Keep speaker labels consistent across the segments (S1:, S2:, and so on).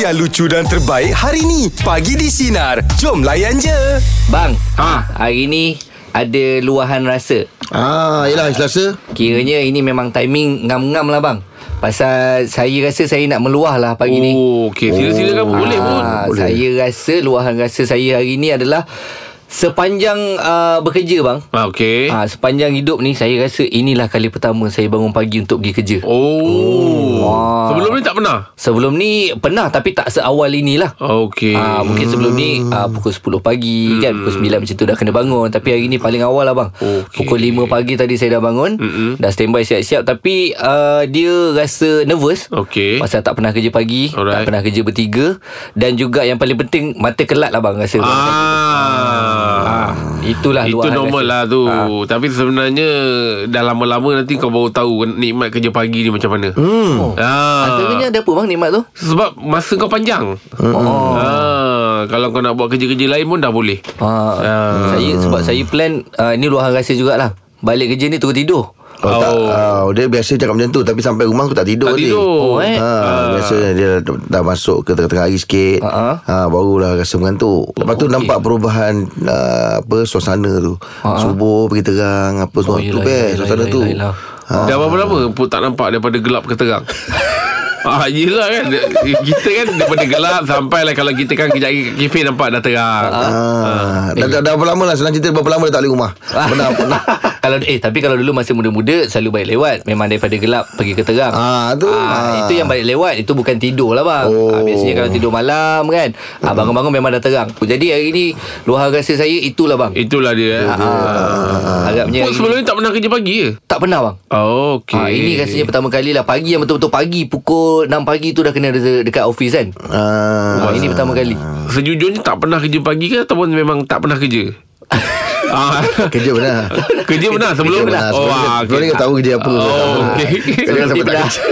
S1: yang lucu dan terbaik hari ni. Pagi di Sinar. Jom layan je.
S2: Bang,
S3: Ha.
S2: hari ni ada luahan rasa.
S3: Ah, yelah Selasa
S2: Kiranya ini memang timing ngam-ngam lah bang. Pasal saya rasa saya nak meluah lah pagi ni.
S3: Oh, okey. Sila-sila kamu boleh pun.
S2: Ah,
S3: Boleh.
S2: Saya rasa luahan rasa saya hari ni adalah sepanjang uh, bekerja bang.
S3: Ah, okey.
S2: Ah, sepanjang hidup ni saya rasa inilah kali pertama saya bangun pagi untuk pergi kerja.
S3: Oh.
S2: Wah.
S3: Sebelum ni tak pernah.
S2: Sebelum ni pernah tapi tak seawal inilah.
S3: Okey.
S2: Ah, mungkin sebelum ni
S3: Hmm.
S2: ah, pukul 10 pagi kan pukul 9 macam tu dah kena bangun tapi hari ni paling awal lah bang.
S3: Okey.
S2: Pukul 5 pagi tadi saya dah bangun mm dah standby siap-siap tapi ah, dia rasa nervous.
S3: Okey.
S2: Pasal tak pernah kerja pagi, tak
S3: Alright.
S2: pernah kerja bertiga dan juga yang paling penting mata kelat lah bang rasa.
S3: Ah.
S2: Ah, itulah
S3: Itu
S2: luahan
S3: normal
S2: rasa.
S3: lah tu
S2: Ah.
S3: Tapi sebenarnya Dah lama-lama nanti kau baru tahu Nikmat kerja pagi ni macam mana hmm.
S2: Antaranya Oh.
S3: ah.
S2: ada apa bang nikmat tu?
S3: Sebab masa kau panjang
S2: Oh.
S3: ah. Kalau kau nak buat kerja-kerja lain pun dah boleh
S2: Ah,
S3: Ah.
S2: saya sebab saya plan ah, ni luahan rasa jugalah. Balik kerja ni terus tidur.
S4: Oh, tak,
S3: Oh.
S4: oh, dia biasa cakap macam tu Tapi sampai rumah aku tak tidur
S3: Tak
S4: ni.
S3: tidur
S2: Oh, eh.
S4: Ha, Biasa dia dah, dah masuk ke tengah-tengah hari sikit
S2: Ha-ha.
S4: ha, Barulah rasa mengantuk Lepas
S2: Okey.
S4: tu nampak perubahan uh, apa Suasana tu Subuh pergi terang Apa semua tu
S2: yelah, yelah,
S4: best Suasana
S2: yelah,
S4: tu
S2: yelah, yelah.
S4: Ha.
S3: Dah berapa lama pun tak nampak daripada gelap ke terang? Ah, yelah kan Kita kan daripada gelap Sampailah kalau kita kan Kejap lagi kat kafe nampak dah terang
S4: Ah, dah, dah, dah berapa lama lah Senang cerita berapa lama dia tak balik rumah Pernah pernah
S2: Ah. kalau eh tapi kalau dulu masa muda-muda selalu balik lewat memang daripada gelap pergi ke terang.
S4: Ah, tu.
S2: Ah,
S4: Ah.
S2: itu yang balik lewat itu bukan tidur lah bang. Oh.
S4: Oh.
S2: Ah, biasanya kalau tidur malam kan ah, bangun-bangun memang dah terang. Oh, Jadi hari ni luahan rasa saya itulah bang.
S3: Itulah dia
S4: Ha,
S3: eh.
S2: Ah, harapnya
S3: Kau
S2: hari
S3: sebelum
S2: ni-
S3: ni tak pernah kerja pagi ke?
S2: tak pernah bang.
S3: Oh, okay.
S2: Okay.
S4: Ha,
S2: Ah, ini rasanya pertama kali lah Pagi yang betul-betul pagi Pukul 6 pagi tu dah kena de- dekat office kan
S4: Ah,
S2: ah, Ini pertama kali
S3: Sejujurnya tak pernah kerja pagi ke Ataupun memang tak pernah kerja? ah.
S4: Kerja benar
S3: Kerja benar sebelum
S4: Kerja benar.
S3: Oh,
S4: Sebelum
S3: ah,
S4: dia- sebelum dia tahu kerja apa.
S3: Oh, okey.
S4: Sebelum sampai tak
S2: Dah.
S4: kerja.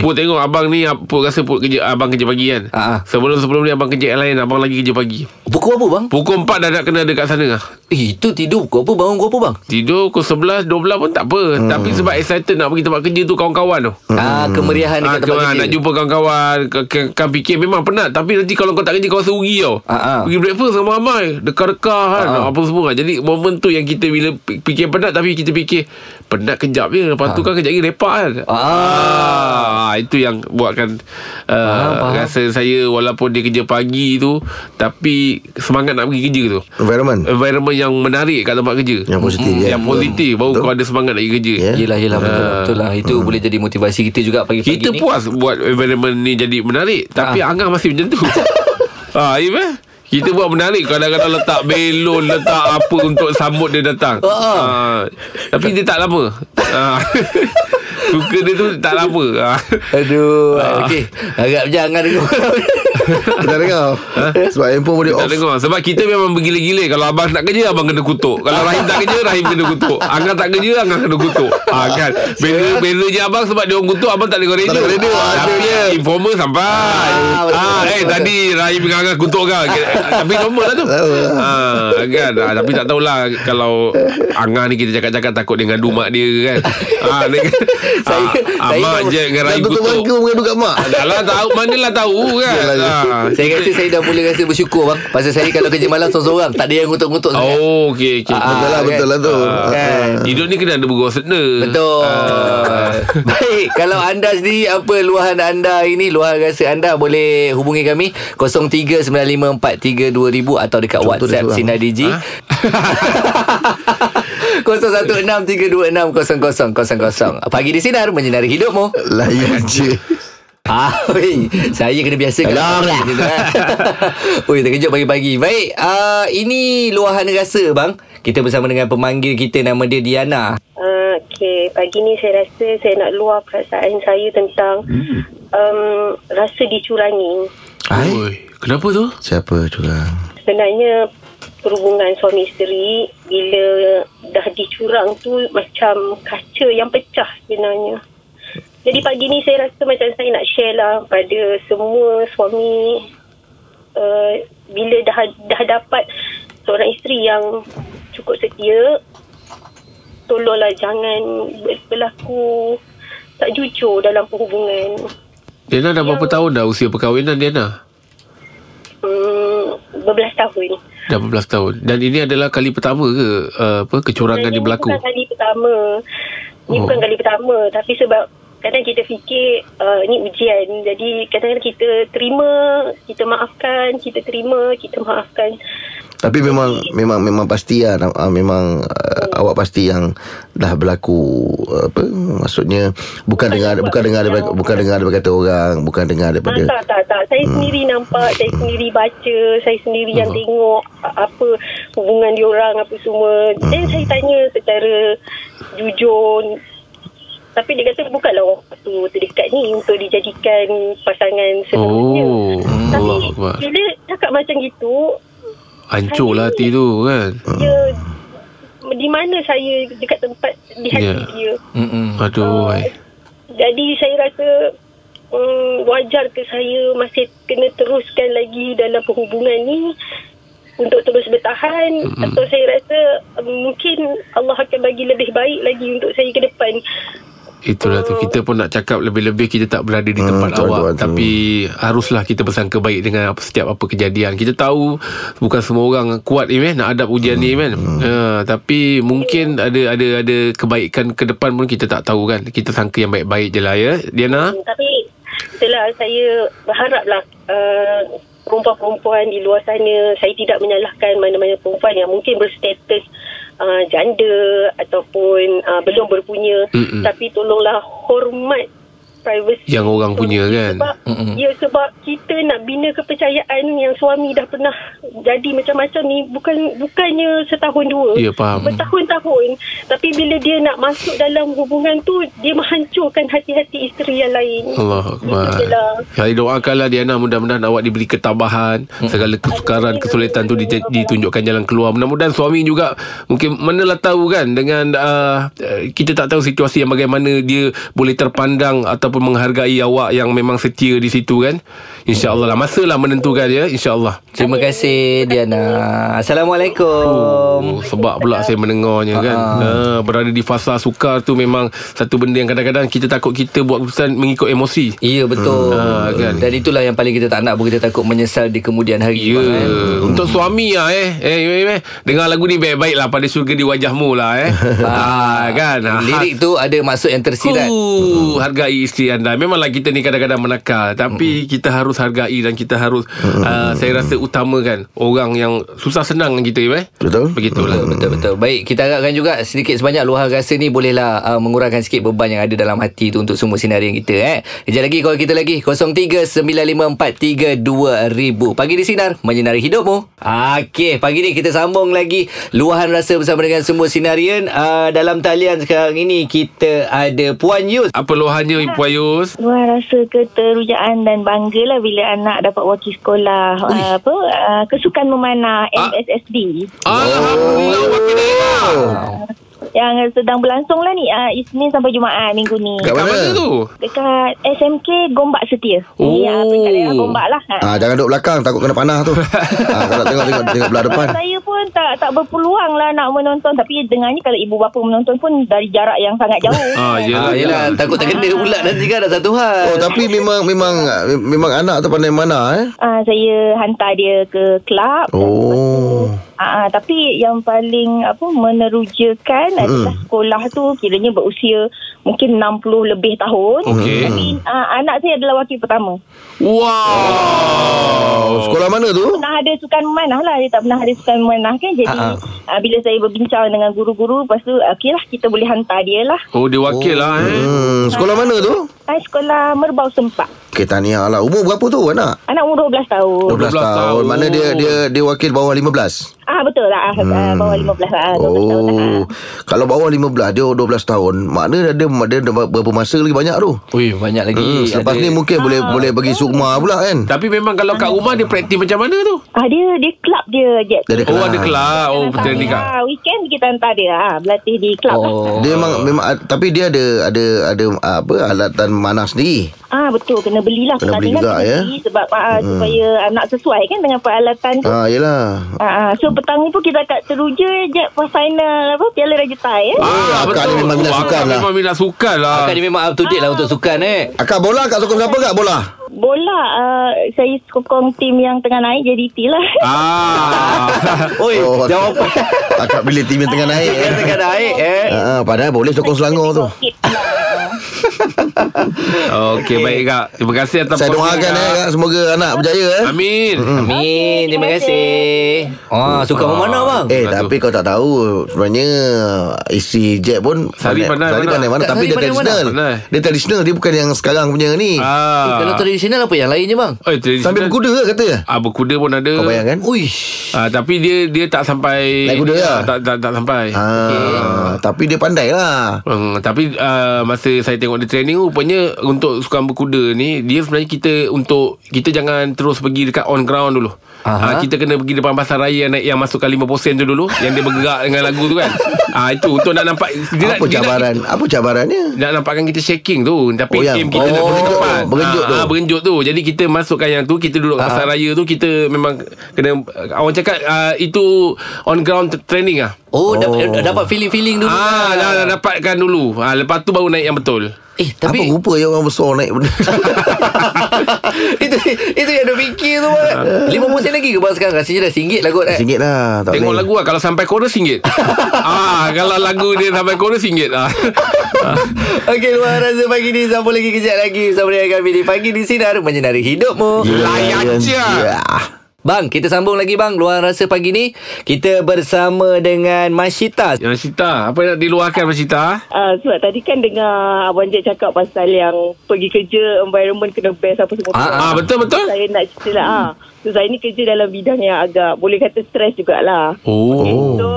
S3: Puk tengok abang ni Puk rasa Puk kerja Abang kerja pagi kan
S4: Ha,
S2: Ah, ah.
S3: Sebelum-sebelum ni Abang kerja yang lain Abang lagi kerja pagi
S2: Pukul apa bang?
S3: Pukul 4 dah nak kena dekat sana lah.
S2: Eh, itu tidur pukul apa Bangun pukul apa bang?
S3: Tidur pukul 11 12 pun tak apa hmm. Tapi sebab excited Nak pergi tempat kerja tu Kawan-kawan tu
S2: Ah, kemeriahan
S3: Ah,
S2: dekat
S3: kau
S2: tempat
S3: nak
S2: kerja
S3: jumpa kawan-kawan k- k- Kan fikir memang penat Tapi nanti kalau kau tak kerja Kau rasa rugi tau
S2: Ah, ah.
S3: Pergi breakfast ramai-ramai Dekar-dekar kan Apa semua kan Jadi momen tu yang kita Bila pi- fikir penat Tapi kita fikir Penat kejap je Lepas tu kan kejap lagi lepak kan
S2: Ah.
S3: ah. Itu yang buatkan uh,
S2: faham.
S3: Rasa saya Walaupun dia kerja pagi tu Tapi Semangat nak pergi kerja tu
S4: Environment
S3: Hmm. environment yang menarik kat tempat kerja.
S4: Yang positif,
S3: Mm,
S4: ya.
S3: Yang positif baru kau ada semangat nak pergi kerja.
S4: Ya.
S2: Yelah yelah betul, lah, betul lah Itu boleh jadi motivasi kita juga pagi-pagi
S3: Kita
S2: ni
S3: puas buat environment ni jadi menarik tapi
S2: Ah.
S3: Angah masih macam tu. ha, Im eh? Kita buat menarik Kadang-kadang letak belon Letak apa Untuk sambut dia datang
S4: Ah,
S3: ha, Tapi dia tak lama ha. Suka dia tu tak lama ha.
S2: Aduh
S3: Ah.
S2: Okey Harap jangan dulu
S4: Kita dengar Sebab handphone boleh
S3: Tak
S4: off
S3: dengar Sebab kita memang bergila-gila Kalau abang tak kerja Abang kena kutuk Kalau Rahim tak kerja Rahim kena kutuk Angah tak kerja Angah kena kutuk ha, kan? Beza, beza je abang Sebab dia orang kutuk Abang tak dengar radio,
S4: Tak dengar radio, ah,
S3: Tapi
S4: dia.
S3: informer sampai
S2: Ah,
S3: ah,
S2: betul, betul,
S3: Eh
S2: betul.
S3: tadi Rahim dengan Angah kutuk kan Tapi normal lah tu ha, kan? Ah, Tapi tak tahulah Kalau Angah ni kita cakap-cakap Takut dia ngadu mak dia kan ha, dia,
S2: Saya-
S3: ha,
S2: saya-
S3: Mak je dengan
S4: Dah
S3: Rahim
S4: tutup
S3: kutuk
S4: bangku Mengadu kat mak
S3: Dahlah tahu Manalah tahu kan
S4: Yalah, ya.
S3: Ah.
S2: Saya rasa saya dah mula rasa bersyukur bang Pasal saya kalau kerja malam seorang-seorang Tak ada yang ngutuk-ngutuk sangat
S3: Oh, okey, okey.
S2: Ah,
S4: Betul lah
S2: kan?
S4: betul lah tu
S2: Kan
S3: Hidup ni kena ada Ah. bergurau sena
S2: Betul Baik Kalau anda sendiri Apa luahan anda ini Luahan rasa anda Boleh hubungi kami 0395432000 Atau dekat
S4: Contoh dia
S2: WhatsApp
S4: seorang.
S2: Sinar Digi 0163260000 Pagi di Sinar Menyinari hidupmu
S4: Ah, Layan je
S2: Ah, weh, saya kena biasa Tolong lah Ui, eh. terkejut pagi-pagi Baik, uh, ini luahan rasa bang Kita bersama dengan pemanggil kita Nama dia Diana
S5: Uh, okay, pagi ni saya rasa saya nak luar perasaan saya tentang hmm. um, rasa dicurangi.
S3: Oi, Kenapa tu?
S4: Siapa lah? curang
S5: Sebenarnya perhubungan suami isteri bila dah dicurang tu macam kaca yang pecah sebenarnya. Jadi pagi ni saya rasa macam saya nak share lah pada semua suami uh, bila dah dah dapat seorang isteri yang cukup setia tolonglah jangan berlaku tak jujur dalam perhubungan.
S3: Diana dah berapa tahun dah usia perkahwinan Diana?
S5: Hmm, berbelas tahun.
S3: Dah berbelas tahun. Dan ini adalah kali pertama ke uh, apa kecurangan
S5: Dan
S3: yang berlaku?
S5: Ini bukan kali pertama.
S3: Oh.
S5: Ini oh. bukan kali pertama. Tapi sebab kadang kita fikir uh, ini ujian. Jadi kadang-kadang kita terima, kita maafkan, kita terima, kita maafkan.
S4: Tapi memang memang memang pasti lah nam- ah, memang uh, awak pasti yang dah berlaku uh, apa maksudnya bukan dengar bukan dengar daripada, bukan dengar daripada kata orang bukan dengar
S5: Ah,
S4: daripada
S5: tak, tak, tak. Saya hmm. sendiri nampak, saya sendiri baca, saya sendiri yang
S3: Hmm.
S5: tengok a- apa hubungan diorang, apa semua. Dan
S3: Hmm.
S5: saya tanya secara jujur. Tapi dia kata bukanlah orang tu terdekat ni untuk dijadikan pasangan seterusnya.
S3: Oh,
S5: Tapi
S3: Allah Akbar.
S5: bila cakap macam gitu,
S3: Hancur lah hati tu kan.
S5: dia di mana saya dekat tempat di hati
S3: Ya.
S5: dia.
S2: Mm-mm.
S3: Aduh. Uh,
S5: Jadi saya rasa um, wajar ke saya masih kena teruskan lagi dalam perhubungan ni untuk terus bertahan mm-hmm. atau saya rasa um, mungkin Allah akan bagi lebih baik lagi untuk saya ke depan.
S3: Itulah tu Kita pun nak cakap lebih-lebih Kita tak berada di tempat
S4: tu,
S3: awak
S4: tu, tu.
S3: Tapi Haruslah kita bersangka baik Dengan apa, setiap apa kejadian Kita tahu Bukan semua orang kuat ni man, Nak hadap ujian ni man. Ha, Tapi mungkin ada ada ada kebaikan ke depan pun Kita tak tahu kan Kita sangka yang baik-baik je lah ya Diana
S5: Hmm, Tapi itulah saya berharaplah uh, perempuan-perempuan di luar sana saya tidak menyalahkan mana-mana perempuan yang mungkin berstatus uh, janda ataupun uh, belum berpunya
S3: Mm-mm.
S5: Mm-mm. tapi tolonglah hormat privacy
S3: Yang orang punya, kan?
S5: sebab,
S2: Mm-mm.
S5: ya sebab kita nak bina kepercayaan yang suami dah pernah jadi macam-macam ni bukan bukannya setahun dua
S3: Ya faham
S5: bertahun-tahun tapi bila dia nak masuk dalam hubungan tu dia menghancurkan hati-hati isteri yang lain
S3: Allah Akbar
S5: Itu je lah.
S3: Saya doakanlah Diana Mudah-mudahan awak diberi ketabahan Segala kesukaran Kesulitan tu dite- ditunjukkan jalan keluar Mudah-mudahan suami juga Mungkin manalah tahu kan Dengan uh, uh, Kita tak tahu situasi yang bagaimana Dia boleh terpandang Ataupun menghargai awak Yang memang setia di situ kan InsyaAllah lah Masalah menentukan ya InsyaAllah
S2: Terima kasih Diana. Assalamualaikum.
S3: Oh, sebab pula saya mendengarnya kan ha, Berada di fasa sukar tu memang Satu benda yang kadang-kadang Kita takut kita buat keputusan Mengikut emosi
S2: Ya betul.
S3: Ah, kan.
S2: Dan itulah yang paling kita tak nak pun kita takut menyesal di kemudian hari.
S3: Ya
S2: Bang, eh.
S3: Untuk suami lah eh. Eh, eh, eh Dengar lagu ni baik-baik lah Pada syurga di wajahmu lah eh ah, Kan Ah,
S2: Lirik tu ada maksud yang tersirat.
S3: Ku hargai isteri anda Memanglah kita ni kadang-kadang menakal Tapi kita harus hargai Dan kita harus ah, Saya rasa utamakan Orang yang Susah senang dengan kita eh?
S4: Betul.
S3: Begitulah
S2: Betul betul betul. Baik, kita harapkan juga sedikit sebanyak luahan rasa ni bolehlah uh, mengurangkan sikit beban yang ada dalam hati tu untuk semua sinarian kita eh. Kejap lagi call kita lagi 0395432000. Pagi di sinar menyinari hidupmu. Okey, pagi ni kita sambung lagi luahan rasa bersama dengan semua sinarian. Uh, dalam talian sekarang ini kita ada Puan Yus.
S3: Apa lohannya Puan Yus
S6: Wah rasa keterujaan dan banggalah bila anak dapat wakil sekolah uh, apa uh, kesukan memanah
S3: Ah.
S6: MSSB
S4: Oh.
S3: Alhamdulillah wakil daerah
S6: yang sedang berlangsung lah ni uh, Isnin sampai Jumaat minggu ni
S4: Kat
S3: Kat
S4: mana?
S3: mana tu
S6: dekat SMK Gombak Setia.
S3: Oh.
S6: Ya, peringkat daerah Gombak lah. Ha.
S4: Ah, jangan duduk belakang takut kena panah tu. ah, kalau tengok tengok tengok belah depan.
S6: Saya pun tak tak berpeluang lah nak menonton tapi dengarnya kalau ibu bapa menonton pun dari jarak yang sangat jauh.
S3: Ah,
S2: Ah, yelah,
S3: yelah, yelah.
S2: takut terkena pula nanti kan ada satu hal.
S4: Oh tapi memang memang memang anak tu pandai mana eh?
S6: Ah, saya hantar dia ke kelab.
S4: Oh.
S6: Ah, ah, tapi yang paling apa menerujakan adalah sekolah tu kiranya berusia mungkin 60 lebih tahun.
S3: Okey.
S6: Tapi ah, anak saya adalah wakil pertama.
S4: Oh,
S3: Wow
S4: sekolah mana tu?
S6: Pernah ada sukan memanah lah. Dia tak pernah ada sukan memanah kan. Jadi
S2: Ah, ah.
S6: uh bila saya berbincang dengan guru-guru lepas tu okeylah kita boleh hantar dia lah.
S3: Oh dia wakil lah eh
S4: Hmm, sekolah mana tu?
S6: Saya sekolah Merbau Sempak.
S4: Okay, tahniah lah. Umur berapa tu anak?
S6: Anak umur 12
S5: Oh,
S6: tahun.
S4: 12 tahun.
S3: tahun.
S4: tahun. Mana dia dia dia wakil bawah 15.
S6: Ah betul lah. Ah, ah, bawah 15 lah. Ah, 12 tahun lah. Ah.
S4: Oh. Kalau bawah 15 dia 12 tahun, makna dia ada dia ada berapa masa lagi banyak tu.
S2: Ui, banyak lagi.
S4: Hmm, selepas
S2: ada-
S4: ni mungkin boleh boleh bagi sukma pula kan.
S3: Tapi memang kalau kat rumah Dia praktis macam mana tu
S6: Ah, dia dia club dia je.
S4: Dia
S3: Oh
S4: ada kelas.
S3: ada kelab Oh
S6: Hantar
S3: betul
S6: dia.
S3: ni kak
S6: Ah, weekend kita hantar dia. Ah, berlatih di club lah.
S2: Oh.
S4: Dia memang memang tapi dia ada ada ada ah, apa alatan mana sendiri.
S6: Ah betul kena belilah
S4: Kena beli
S5: kan
S6: pertandingan
S4: juga,
S6: kena
S4: ya?
S5: ah,
S6: beli sebab ah, hmm. supaya anak sesuai kan dengan peralatan tu.
S4: Ha ah, yalah.
S6: Ah, ah. so
S5: petang ni pun kita akan teruja je final apa Piala Raja Thai eh.
S3: Ah,
S4: akak ni memang minat
S3: Oh,
S4: sukan
S3: akak
S4: lah.
S3: Memang minat sukan lah.
S2: Akak ni memang up to date lah untuk sukan eh.
S4: Akak bola Akak sokong siapa Kak bola
S5: Bola uh, saya sokong tim yang tengah naik JDT lah.
S3: Ah.
S2: Oi, oh, jawapan
S4: Akak pilih tim yang tengah naik
S2: dia tengah naik eh.
S4: Ah, ah, padahal boleh sokong Selangor tu.
S3: Okey, baik Kak. Terima kasih atas
S4: Saya
S3: posting,
S4: doakan eh Kak, semoga anak berjaya eh.
S3: Amin.
S2: Amin, terima kasih. Ah, suka
S3: Ah.
S2: mana bang?
S4: Eh
S3: Aduh.
S4: tapi kau tak tahu Sebenarnya Isteri Jack pun
S3: Sari pandai
S4: Sari
S3: mana?
S4: pandai mana
S2: Tak,
S4: Tapi
S2: Sari
S4: dia
S2: pandai mana?
S4: tradisional
S3: Pandai.
S4: Dia tradisional Dia bukan yang sekarang punya ni
S2: Eh,
S3: Ah.
S2: kalau tradisional apa yang lain je bang?
S3: Eh, tradisional.
S4: Sambil berkuda ke kata
S3: Ah, berkuda pun ada.
S4: Kau bayangkan
S2: Uish.
S3: Ah, tapi dia dia tak sampai
S4: Naik kuda lah.
S3: tak, tak, tak sampai
S4: Ah, Tapi dia pandai lah
S3: Hmm, tapi uh, masa saya tengok dia training rupanya untuk sukan berkuda ni dia sebenarnya kita untuk kita jangan terus pergi dekat on ground dulu.
S2: Aha.
S3: Ha, kita kena pergi depan pasar raya yang, naik- yang masukkan 5% tu dulu yang dia bergerak dengan lagu tu kan. Ah itu untuk nak nampak dia nak,
S4: Apa
S3: dia nak,
S4: cabaran Apa cabarannya
S3: nak nampakkan kita shaking tu tapi
S4: Oh,
S3: oh,
S4: yang-
S3: aim kita
S4: oh,
S3: nak pergi
S4: berenjuk
S3: depan
S4: tu, berenjuk
S3: Ah,
S4: tu.
S3: ah, berenjuk tu jadi kita masukkan yang tu kita duduk pasar raya tu kita memang kena orang cakap ah, itu on ground training ah
S2: Oh, dapat dapat feeling-feeling dulu.
S4: lah.
S3: Ah, dah, dah dapatkan dulu. Ah, lepas tu baru naik yang betul.
S2: Eh,
S4: Apa
S2: tapi
S4: rupa yang orang besar naik benda
S2: itu itu yang dia fikir tu bang.
S3: Ah.
S2: Lima musim lagi ke bang sekarang? Rasanya dah RM1 lah kot eh.
S4: Singgit lah tak
S3: Tengok
S4: boleh.
S3: lagu lah Kalau sampai chorus RM1 ah, Kalau lagu dia sampai chorus RM1 ah.
S2: Okey, luar rasa pagi ni sambung lagi kejap lagi bersama dengan kami di pagi di sinar menyinari hidupmu.
S3: Layan je
S4: Ya.
S2: Bang, kita sambung lagi bang luar rasa pagi ni. Kita bersama dengan Mashita.
S3: Yang Ya, Sita Apa yang nak diluahkan Mas Sita
S5: Uh, sebab tadi kan dengar Abang Jack cakap pasal yang pergi kerja, environment kena best apa semua. tu.
S2: Ah,
S3: ah, Betul betul
S5: Saya nak cerita lah. ah. So, saya ni kerja dalam bidang yang agak boleh kata stres jugalah.
S3: Oh,
S5: So,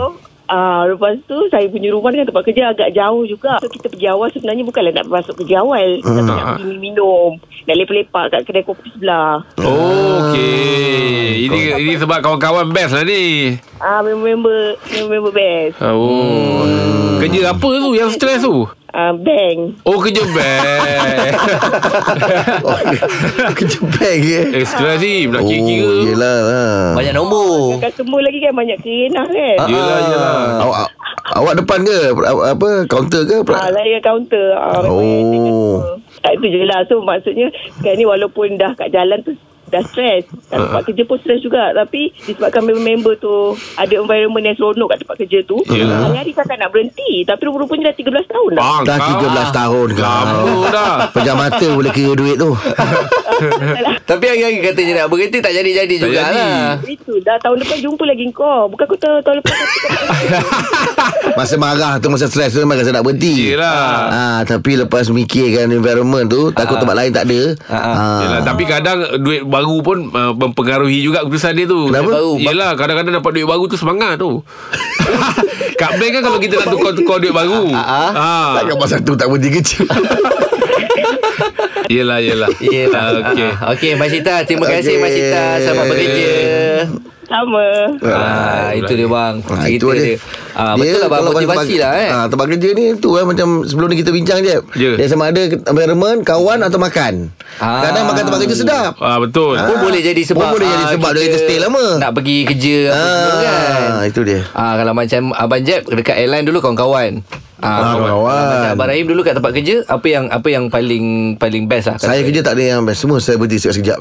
S5: Ah, lepas tu saya punya rumah dengan tempat kerja agak jauh juga. So kita pergi awal sebenarnya bukanlah nak masuk kerja awal. Kita nak pergi minum, nak lepak-lepak kat kedai kopi sebelah.
S3: Oh okay ini, ini sebab kawan-kawan best lah ni
S5: Ah, member-member member best.
S3: Oh Kerja apa tu yang stres tu
S5: Ah, bank.
S3: Oh kerja best
S4: Oh, Kerja bag eh
S3: Eh stres ni Nak
S4: Oh
S3: kira-kira
S4: yelah lah
S2: Banyak nombor.
S5: Customer lagi kan banyak kerenah kan.
S2: Oh. Ah,
S3: Yelah, yelah.
S4: Awak awak depan ke Apa- apa counter ke
S5: Ah, saya counter. Ah,
S4: Oh.
S5: Tak itu je lah. So maksudnya sekarang ni walaupun dah kat jalan tu dah stres. Kat tempat kerja pun stres juga. Tapi disebabkan member-member tu ada environment yang seronok kat tempat kerja tu.
S3: Yelah.
S5: Hari-hari kakak nak berhenti. Tapi rupa-rupanya dah 13 tahun dah.
S3: Bang,
S4: Dah
S3: kau-
S4: 13 tahun kau.
S3: Lama dah
S4: Pejam mata boleh kira duit tu
S2: Tapi hari-hari katanya nak berhenti tak jadi-jadi
S3: Tak
S2: jugalah.
S5: Itu dah tahun depan jumpa lagi kau. Bukan aku tahu tahun lepas aku tak
S4: Masa marah tu Masa stres tu Memang rasa nak
S2: lah.
S4: berhenti
S3: Yelah
S4: Ah, tapi lepas mikirkan environment tu
S2: Ha.
S4: Takut tempat lain tak ada ah.
S3: Yelah, tapi kadang duit baru pun uh, mempengaruhi juga keputusan dia tu.
S4: Kenapa?
S2: Baru.
S3: Yelah, kadang-kadang dapat duit baru tu semangat tu. Kat bank kan kalau kita nak tukar-tukar duit baru.
S2: Ah,
S3: Ah.
S4: Takkan pasal tu tak berhenti kecil
S3: Yelah, yelah.
S2: Yelah.
S3: Ah,
S2: Okey.
S3: Okey.
S2: Okey, Mashita, terima kasih
S4: Okey.
S2: Mashita selamat bekerja.
S5: sama.
S2: Ah, itu dia bang.
S4: Ah,
S2: Cerita
S4: Ha, itu dia.
S2: dia. Ah, betul lah bang
S4: kalau
S2: motivasi
S4: tempat-
S2: lah eh.
S4: Ah, tempat kerja ni tu eh macam sebelum ni kita bincang je.
S3: Ya.
S4: Dia sama ada environment, kawan atau makan.
S2: Ah.
S4: Kadang makan tempat kerja sedap.
S3: Ah, betul.
S2: Pun boleh jadi sebab
S4: Pun boleh jadi
S2: ah,
S4: sebab dia kita stay lama.
S2: Nak pergi kerja apa semua kan.
S4: Ah, itu dia.
S2: Ah kalau macam Abang Jeb dekat airline dulu kawan-kawan.
S4: Ah,
S2: kalau-
S4: kawan.
S2: kalau Macam Abang Rahim dulu kat tempat kerja apa yang apa yang paling paling best lah
S4: Saya kerja tak ada yang best Semua saya berhenti sekejap-sekejap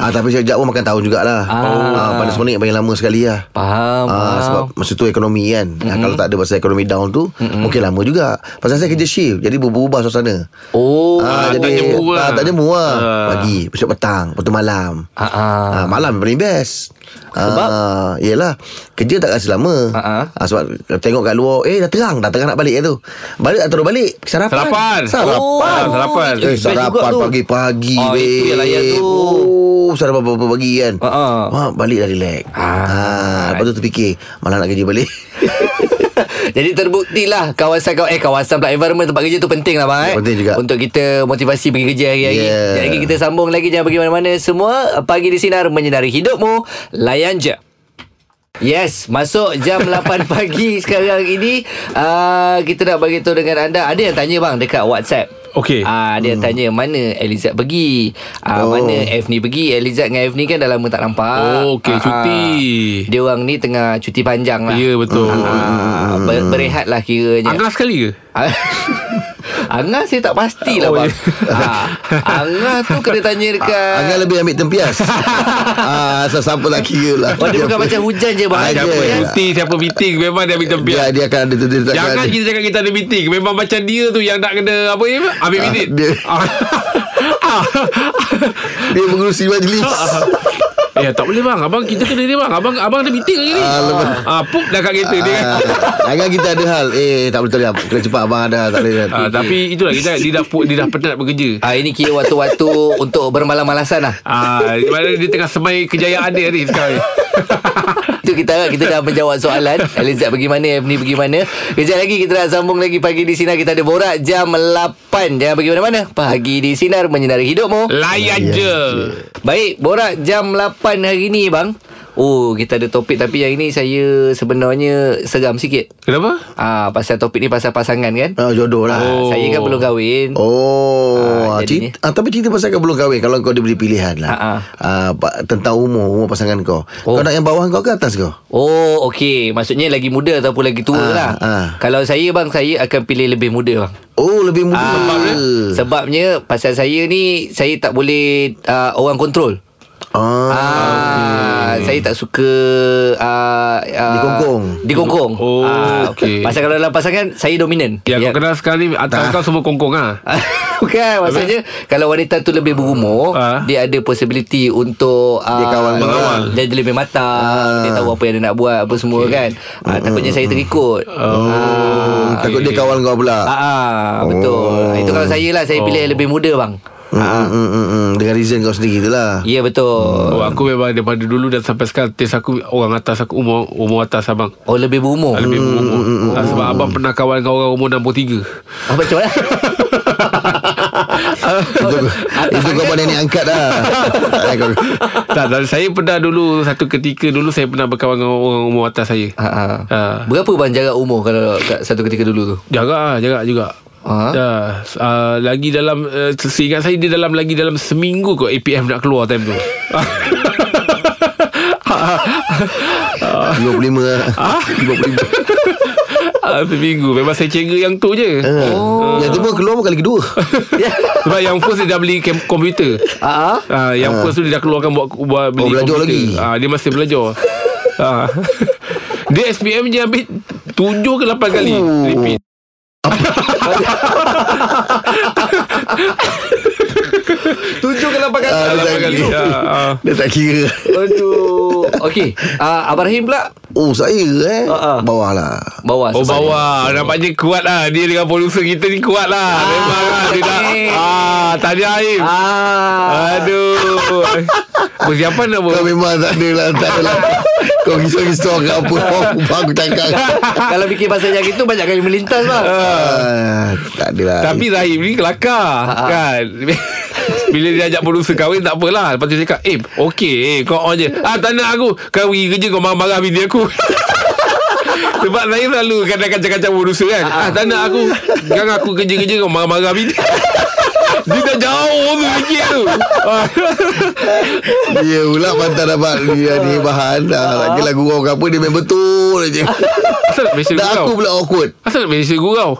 S4: ah, Tapi sekejap pun makan tahun jugalah ah.
S2: Ah.
S4: Ah, Pada sebenarnya paling lama sekali lah
S2: Faham.
S4: Ah,
S2: faham.
S4: sebab masa tu ekonomi kan mm-hmm. ah, Kalau tak ada pasal ekonomi down tu mm-hmm. Mungkin lama juga Pasal saya kerja shift Jadi berubah suasana
S2: Oh.
S3: Ah, tak jemu lah.
S4: ah, Tak jemu lah
S3: Ah.
S4: Pagi Besok petang Lepas tu malam
S2: Ah, ah.
S4: Ah, malam paling best.
S2: Sebab?
S4: Ah, yelah kerja tak rasa lama.
S2: Ah, ah.
S4: Ah, sebab tengok kat luar eh dah terang dah terang nak balik dah tu. Balik atau balik
S3: Sarapan.
S4: sarapan. Ah, Sarapan.
S3: Oh. sarapan.
S4: Eh, sarapan pagi-pagi
S2: Oh, itu
S4: weh.
S2: yang layan tu.
S4: Oh, sarapan pagi-pagi kan.
S2: Ah, ah.
S4: Wah, balik dah relax.
S2: Ah.
S4: Ah, lepas tu terfikir, malam nak kerja balik.
S2: Jadi terbuktilah kawasan kau eh kawasan pula environment tempat kerja tu penting lah bang eh.
S4: Ya, Penting juga. Ya.
S2: Untuk kita motivasi pergi kerja hari-hari.
S4: Yeah.
S2: Sekejap lagi kita sambung lagi jangan pergi mana-mana semua pagi di sinar menyinari hidupmu layan je. Yes, masuk jam 8 Ah, pagi sekarang ini uh, Kita nak bagi tahu dengan anda Ada yang tanya bang dekat WhatsApp
S3: Okey.
S2: Ah dia hmm. tanya mana Elizad pergi. Ah
S4: Oh.
S2: oh. mana F ni pergi. Elizad dengan F ni kan dah lama tak nampak.
S3: Oh, okey,
S2: Ah,
S3: cuti.
S2: ah. Dia orang ni tengah cuti panjang lah.
S3: Ya betul.
S2: Ah,
S4: Hmm.
S2: ber- berehat lah kiranya.
S4: Ya.
S3: Angah sekali ke?
S2: Ah, Angah saya tak pastilah
S3: Oh,
S2: oh, bang.
S3: ya.
S2: Ah, Angah tu kena tanya dekat
S4: Ah, Angah lebih ambil tempias ah, so, Siapa tak kira lah
S2: Oh, dia bukan macam hujan je bang.
S4: Ah,
S3: Siapa
S4: Ya.
S3: cuti, siapa meeting Memang dia ambil tempias
S4: dia, dia akan ada dia, dia
S3: Jangan kita cakap kita ada meeting Memang macam dia tu Yang nak kena Apa ni Ambil
S4: Ah,
S3: minit
S4: dia-
S3: Ah.
S4: dia mengurusi majlis
S2: Ah,
S3: Eh tak boleh bang Abang kita kena dia bang Abang abang ada meeting hari ni
S4: Ah, lepas-
S3: ah, Pup dah kat kereta dia kan
S4: Ah, Angah kita ada hal Eh tak boleh tak boleh Kena cepat abang ada hal, Tak boleh
S3: Ah, tapi itulah kita dia dah pu- dia dah penat bekerja.
S2: Ah ini kira waktu-waktu untuk bermalam-malasan lah.
S3: Ah, mana dia tengah semai kejayaan dia ni sekarang ni.
S2: Itu kita harap kita dah menjawab soalan Elizad pergi mana Ebony pergi mana Kejap lagi kita nak sambung lagi Pagi di Sinar Kita ada borak jam 8 Jangan pergi mana-mana Pagi di Sinar Menyinari hidupmu
S3: Layan
S4: Ya,
S3: je.
S2: Baik borak jam 8 hari ni bang Oh kita ada topik Tapi yang ini saya sebenarnya Seram sikit
S3: Kenapa?
S2: Ah Pasal topik ni pasal pasangan kan
S4: Ah, Jodoh lah
S2: ah, Saya kan belum kahwin
S4: Oh,
S2: Ah,
S4: ah,
S2: jadinya.
S4: cerita, ah, tapi cerita pasal kau belum kahwin kalau kau diberi pilihan lah.
S2: Ah,
S4: Ah, pa- tentang umur, umur pasangan kau.
S2: Oh.
S4: Kau nak yang bawah kau ke atas kau?
S2: Oh okey Maksudnya lagi muda Ataupun lagi tua
S4: Ah,
S2: lah
S4: ah.
S2: Kalau saya bang Saya akan pilih lebih muda bang
S4: Oh, lebih muda.
S2: Ah, sebabnya, sebabnya pasal saya ni saya tak boleh uh, orang kontrol.
S4: ah,
S2: Ah, okay. saya tak suka uh, uh,
S4: Dikongkong.
S2: Dikongkong.
S3: Oh,
S2: Ah,
S3: okey.
S2: Pasal kalau dalam pasangan saya Ya, dominan.
S3: Yang Ya,
S4: Ya.
S3: kau kenal sekarang ni atas kau semua kongkong ah.
S2: Bukan Maksudnya Kalau wanita tu lebih berumur
S3: Ah.
S2: Dia ada possibility Untuk uh,
S4: Dia kawan
S3: mengawal.
S2: Dia ada lebih matang Dia tahu apa yang dia nak buat Apa semua kan uh, Takutnya saya terikut
S3: Oh.
S4: Hmm, takut dia kawan kau pula.
S2: Ah, ah, Betul Itu kalau saya lah Saya
S3: Oh.
S2: pilih lebih muda bang
S4: Hmm,
S2: ah.
S4: hmm, hmm, hmm, hmm, dengan reason kau sendiri tu lah.
S2: Ya betul
S4: Ah.
S3: Oh, aku memang daripada dulu dan sampai sekarang Taste aku orang atas aku umur umur atas abang.
S2: Oh lebih berumur
S3: Lebih
S4: Hmm,
S3: berumur. Ah, sebab abang pernah kawan dengan orang umur 63.
S2: Apa macam mana?
S3: Ah.
S4: Itu kau pandai ni angkat dah. Tak payah kau-
S3: tak, tak, saya pernah dulu satu ketika dulu saya pernah berkawan dengan orang umur atas saya.
S2: Ha,
S4: Ah.
S2: ha.
S3: Ha.
S2: Berapa bang jarak umur kalau kat satu ketika dulu tu?
S3: Jarak ah, jarak juga.
S2: Ha?
S4: Ah.
S3: Dah, uh, lagi dalam uh, seingat saya dia dalam lagi dalam seminggu kot APM nak keluar time tu.
S4: 55 lah. 55.
S3: ah, seminggu memang saya cengga yang tu je.
S4: Oh. Yang tu pun keluar bukan lagi dua.
S3: Sebab yang first dia dah beli kem- komputer.
S2: Ah, ah.
S3: Ah, yang first tu dia dah keluarkan buat, buat beli
S4: Oh, belajar
S3: komputer.
S4: lagi.
S3: Ah, dia masih belajar. ah. Dia SPM je ambil tujuh ke lapan kali.
S4: Oh.
S3: Repeat.
S2: Tujuh ke lapan kali.
S4: Ah, dia
S3: Lapan
S4: tak-
S3: kali. Ah, ah.
S4: Dia tak kira.
S2: Aduh. Okey, ah Abang Rahim pula
S4: Oh, saya eh.
S2: Ah, ah.
S4: Bawah lah.
S2: bawah.
S3: Oh
S2: sebab-
S3: bawah Nampaknya kuat lah Dia dengan producer kita ni kuat lah Memang lah Dia dah
S2: Aim.
S3: ah, Tanya Aim
S2: Ah.
S3: Aduh Persiapan nak buat
S4: Kau memang tak ada lah Tak ada lah Kau risau-risau ke apa Apa aku cakap
S2: kalau fikir pasal yang itu banyak kali melintas bang.
S3: Eh,
S4: Ah, Tak ada lah
S3: Tapi Rahim ni kelakar Kan Bila dia ajak producer kahwin Tak apalah Lepas tu dia cakap Eh okey eh, Kau on je Ah tak nak aku Kau pergi kerja Kau marah-marah bini aku Sebab saya selalu Kadang kacau-kacau producer kan Ah tak nak aku Sekarang aku kerja-kerja Kau marah-marah bini Dia dah jauh tu fikir tu ah.
S4: Dia pula pantas Ya, dapat Dia ni bahan Dah Lagi lagu orang ke apa Dia main Ah. betul je
S3: Asal nak mention
S4: Dan
S3: gurau
S4: aku pula awkward
S3: Asal nak mention gurau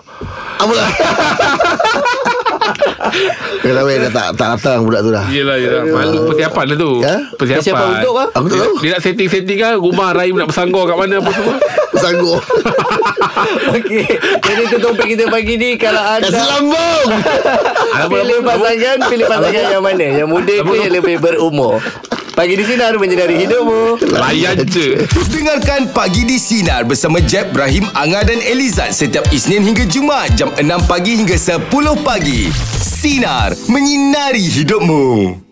S4: Apa lah Kata weh eh, dah tak, tak datang budak tu dah
S3: Yelah yelah Malu persiapan lah tu
S4: Ya?
S3: Persiapan
S2: Persiapan untuk apa?
S4: Aku tak
S3: Dia,
S4: tahu
S3: dia nak setting-setting kan Rumah Rahim nak bersanggur kat mana Apa semua
S4: Sanggup
S2: Okey. Jadi itu topik kita pagi ni kalau
S4: Dah
S2: anda
S4: selambung
S2: pilih pasangan, pilih pasangan yang mana? Yang muda ke yang lebih berumur? Pagi di sini harus menyinari hidupmu.
S3: Layan je
S1: Dengarkan Pagi di Sinar bersama Jeb, Ibrahim, Anga dan Elizad setiap Isnin hingga Jumaat jam 6 pagi hingga 10 pagi. Sinar, menyinari hidupmu.